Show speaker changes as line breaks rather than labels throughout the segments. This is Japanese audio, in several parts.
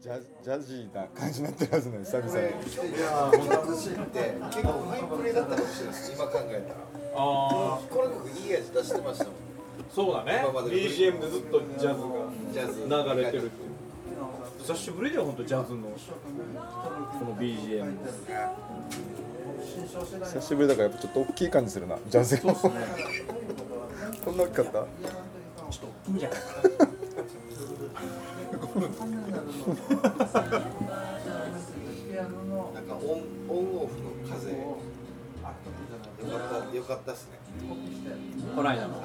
ジャジャジーな感じになってるはずなの久々
こ
に
れいやーこの年って結構ファインプレーだったかもしれないです今考えたら
ああ
この曲いい味出してましたもん
そうだね
今までの
BGM でずっとジャズ
ジャズ
が流れてるっていう久しぶりだよ本当ジャズのこの BGM
久しぶりだからやっぱちょっと大きい感じするなジャズが、こんな大きかった
いいんじゃない
なんかオンオンオフの風よかったよかったっすね
こないだのうん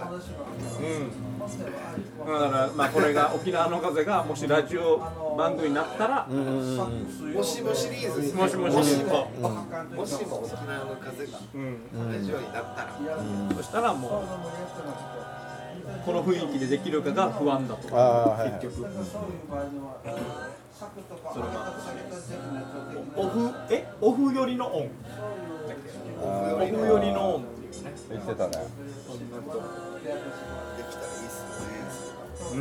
だからまあこれが沖縄の風がもしラジオ番組になったら
もしもシリーズですね
もしもシ
もし
リーズ
ももしも沖縄の風がラジオになったら
そしたらもうこの雰囲気でできるかが不安だと
ああはい、はい、
結局それがオフえオフ寄りのオンオ
僕よりも
フ寄りのオンっていうね
言ってたね
そんなこと
できたらいいっすね
うん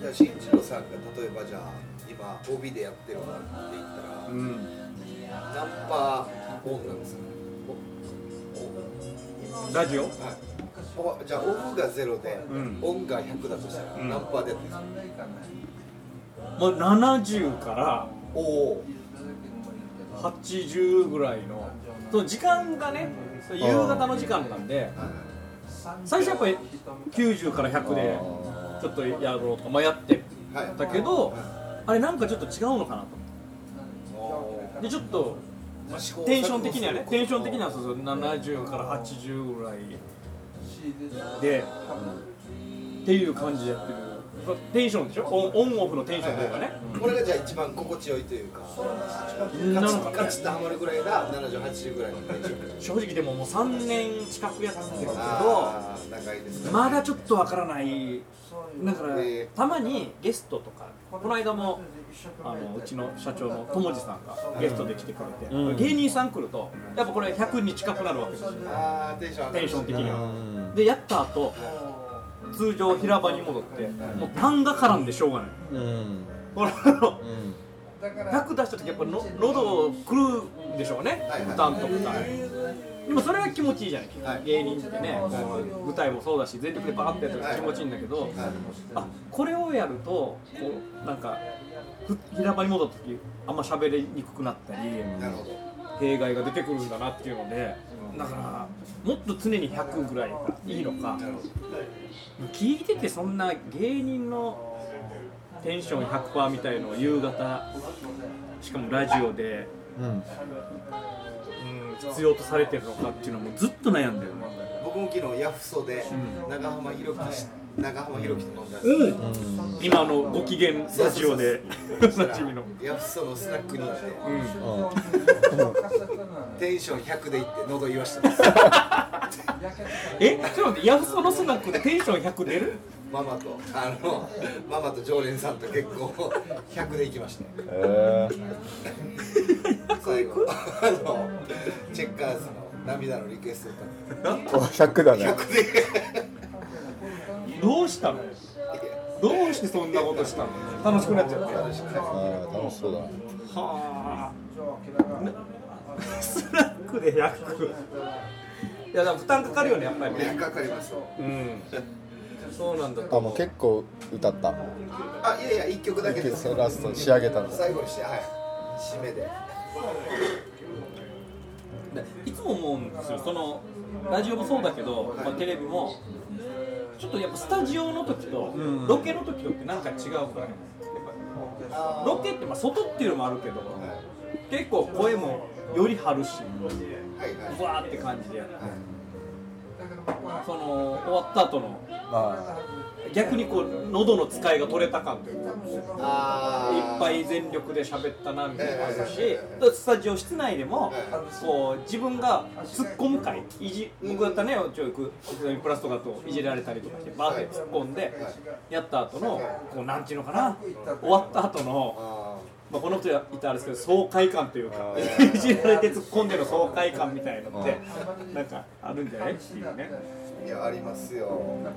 じゃあ新次郎さんが例えばじゃあ今帯でやってるものって言ったら、
うん
ナンパオンなんですか
ラジオ
おおじゃあオフがゼロで、
ん
オンが100だとしたら、
うん
ナンパでやってるんですか
もう70から
おお
80ぐらいのその時間がね夕方の時間なんで最初やっぱり90から100でちょっとやろうとか、まあ、やって
はい
たけどあれなんかちょっと違うのかなとでちょっとテンション的にはねテンション的にはそうそう70から80ぐらいで、っていう感じでやってるまあテンションでしょオンオンオフのテンションというかね
これがじゃあ一番心地よいというかガ
なの
チ
か
ガチッとハマるぐらいが7080ぐらいのテンション
正直でももう3年近くやってるけど
ああ長いですね
まだちょっとわからないだから
えー
たまにゲストとかこの間もあのうちの社長の友治さんがゲストで来てくれて、
うん
芸人さん来るとやっぱこれ100に近くなるわけですよ
ああテンション上が
テ
る
ンション的には
ん
でやった後通常平場に戻ってもう痰が絡んでしょうがない
うん
これあの
うん
100出した時やっぱの喉くるんでしょうね
はいはい
負担とかでもそれは気持ちいいじゃない、
はい
芸人ってね舞台もそうだし全力でバーってやったら気持ちいいんだけど、
はい
あこれをやるとこうなんかふ平場に戻った時あんま喋りにくくなったり
なるほど
弊害が出てくるんだなっていうのでだからもっと常に100ぐらいがいいのか
なるほど
聞いててそんな芸人のテンション100%みたいのを夕方しかもラジオで
うん
うん必要とされてるのかっていうのはもうずっと悩んでるね
僕も昨日ヤフソで長浜ひろきし長浜ひろきと飲んだんです
うん今あのご機嫌ラジオで
そ
おな
した
じ
ら
みの
ヤフソのスナックに行って
うん
テンション100で行って喉言わしてます
えちょっと待ってヤフソのスナックでテンション100出る
ママとあのママと常連さんと結構100で行きました
え
最後あのチェッカーズの涙のリクエスト歌
ー、お100だね
100で
どうしたのどうしてそんなことしたの楽しくなっちゃっては
あー楽しそうだね
あスナックで100いやでも負担かかるよねやっぱり
ね
ね
かかります
うんそうなんだ
あもう結構歌った
あいやいや1曲だけです
ラスト仕上げたんだ
最後にしてはい締めで
でいつも思うんですよそのラジオもそうだけど、まあ、テレビもちょっとやっぱスタジオの時とロケの時とってなんか違うから、ね、
あ
ロケってまあ外っていうのもあるけど結構声もより張るし
はいは
うわーって感じでやってその終わった後の
あ
逆にこう喉の使いが取れた感というか
あ
いっぱ
い
い全力で喋ったなみたいなのもあるしだからスタジオ室内でもこう自分が突っ込む回いじ僕だったらねちょいくプラスとかといじられたりとかしてバーって突っ込んでやった後のこうなんていうのかな終わった後の、
あ
まあ、この人やいたらあれですけど爽快感というかいじられて突っ込んでの爽快感みたいのってなんかあるんじゃないっていうね。
いやありますよ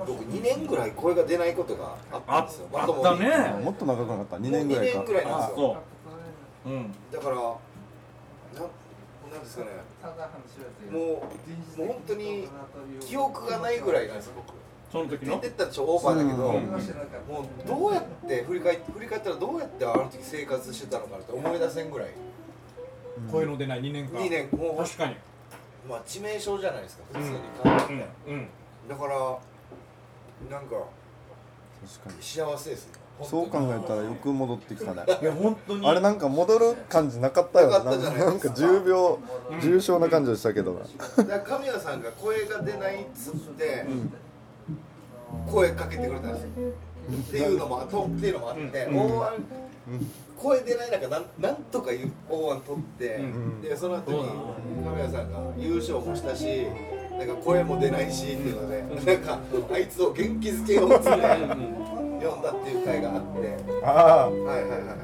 僕2年ぐらい声が出ないことがあったんですよ
あ
まと
っ
も
た
に
あ
ね
もっと長くなかった2年ぐらい
も
か
う二年ぐらいなんで
あ
すよ
そううん
だからななんですかねもうもう本当に記憶がないぐらいなんですよ僕
その時
出
の
てったらちょっとオーバーだけど、
うん
もうどうやって振り返って振り返ったらどうやってあの時生活してたのかなって思い出せんぐらい
声の出ない2年間
2年もう
確かに
まあ致命傷じゃないですか普通に考えて、
うんうん
だからなんか
確かに
幸せですね
そう考
本
えたらよく戻ってきたね
いや本当に
あれなんか戻る感じなかったよ
なかったじゃない
なんか10秒
うん
重症な感じでしたけど
当にだから神谷さんが声が出ないっつって、声かけてくれたんですよっていうのもあとっていうのもあって、
うん
大腕声出ない中なんなんとかいう大腕取って、
ん
でその後に
そうだ
神谷さんが優勝もしたしなんか声も出ないしっていうので、なんかあいつを元気づけようっつって読んだっていう回があって
あ
はいはいはいは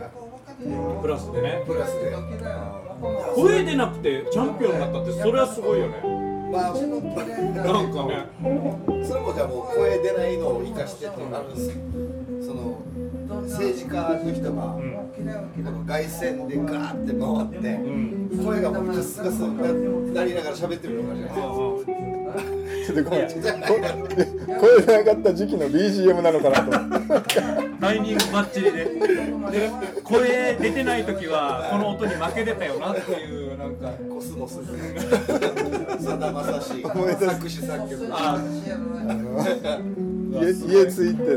い
プラスでね
プラスで
声出なくてチャンピオンになったってそれはすごいよね
まあ
なんかね
それもじゃあもう声出ないのを生かしてってなるんですよその政治家の人が、
うん
この凱旋でガーって回って、
うん
声がもうガスガスになりながら喋ってるのかじゃないです
あ
か
ちょっとごめん
じゃないな
声出なかった時期の BGM なのかなと思って
タイミングバッチリでで声出てない時はこの音に負けてたよなっていうなんか
コスモスさだまさし
思い出す
作詞作曲
あ
家家ついての「レ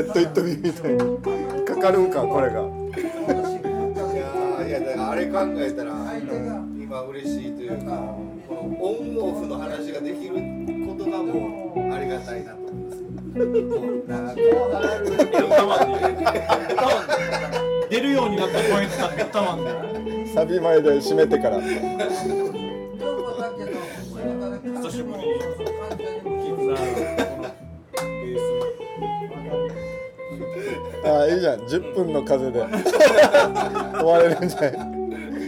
ッド・イット・ビー」みたいにかかるんかこれが
いやーいやだからあれ考えたら今嬉しいというかこのオンオフの話ができることがもうありがたいなと思います
出るようになった声使ってたわんで
サビ前で締めてから
久 しぶりに金座このベー
あ
ス
あいいじゃん10分の風で 終われるんじゃない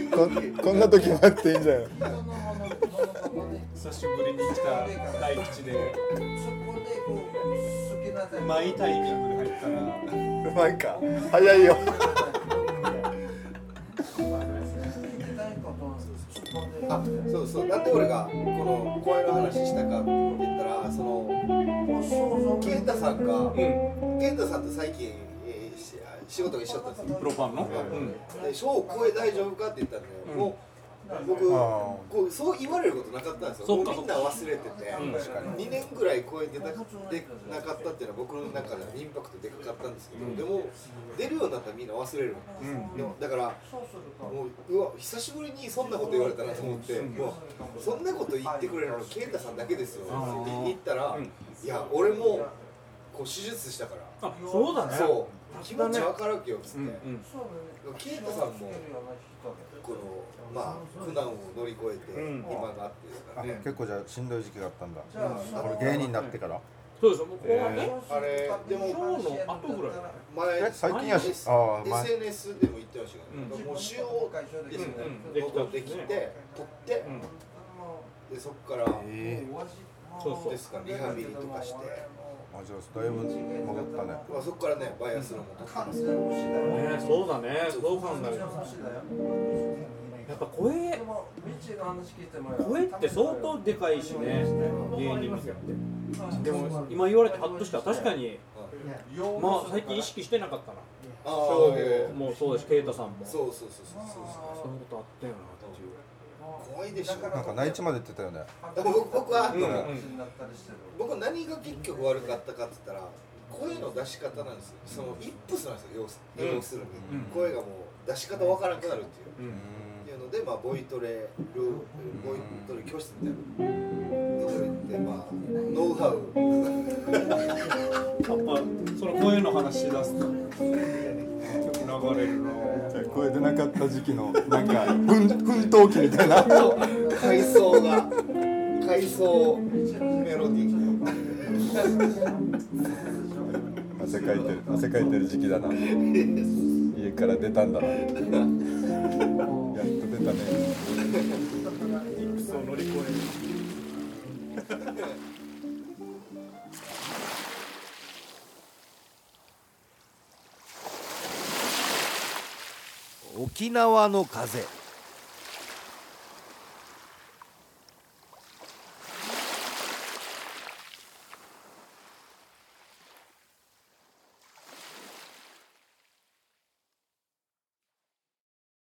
ここんな時もあっていいんじゃない
久しぶりに来た大吉でう まいタイミングで入ったな
うまいか早いよ
あそうそうなんで俺がこの声の話したかって言ったらその健太さんが
うん
健太さんと最近えーし仕事が一緒だったんですよ
プロパンの
で「翔声大丈夫か?」って言ったんで、
うん
もう僕
あー
こうそう言われることなかったんですよ
そ
も
っ
う
か
みんな忘れてて、
うん確か
二2年ぐらい声出なくてなかったっていうのは僕の中ではインパクトでかかったんですけど、
うん
でも出るようになったらみんな忘れるの、
うんうん
でもだからもううわ久しぶりにそんなこと言われたなと思って、もうそんなこと言ってくれるのは健太さんだけですよって
あー
言ったら、
うん
いや俺もこう手術したから、
あそうだね
そう気持ち分からんけよっつって。
うんうん
ケイタさんもこのまあ苦難を乗り越えて
うん
今があってですから
あ
ね、
結構じゃあしんどい時期があったんだ
じゃあ
これ芸人になってから
そうですもうこうね
あれで
ショ
も
ーの後ぐらい
前
え最近やしああ前
SNS でも言ってましたけど、ね
うん
もう腫瘍ですよね、
うん
で
うん
できて取って
うん
でそこから
え
ですかリハビリとかして、
えあじゃあだいぶ戻ったね
まあ、そこからねバイアスロンも取ってますけど
ねそうだねそうなんだけどやっぱ声声って相当でかいしね芸人にとってでも今言われてハッとした確かにまあ最近意識してなかったな
ああ
翔
ええ
吾もそうだし啓太さんも
そうそうそうそうそう
そういうことあったよなっていう
そう怖いでしょ
なんか内地まで行ってたよね
でも僕僕は、
うんうん
僕何が結局悪かったかって言ったら声の出し方なんですよそのイップスなんですよ要す
うん
要するに、
うん
声がもう出し方わからなくなるっていう
う
っ
うんん
ていうのでまあボイトレルーボイトレ教室みたいなとこ行ってまあノウハウ
やっぱその声の話し出すとよく流れるな
声出なかった時期 のなんか奮奮闘期みたいな
階層が階層メロディ ー
汗かいてる汗かいてる時期だな家から出たんだなやっと出たね
そう乗り越える
沖縄の風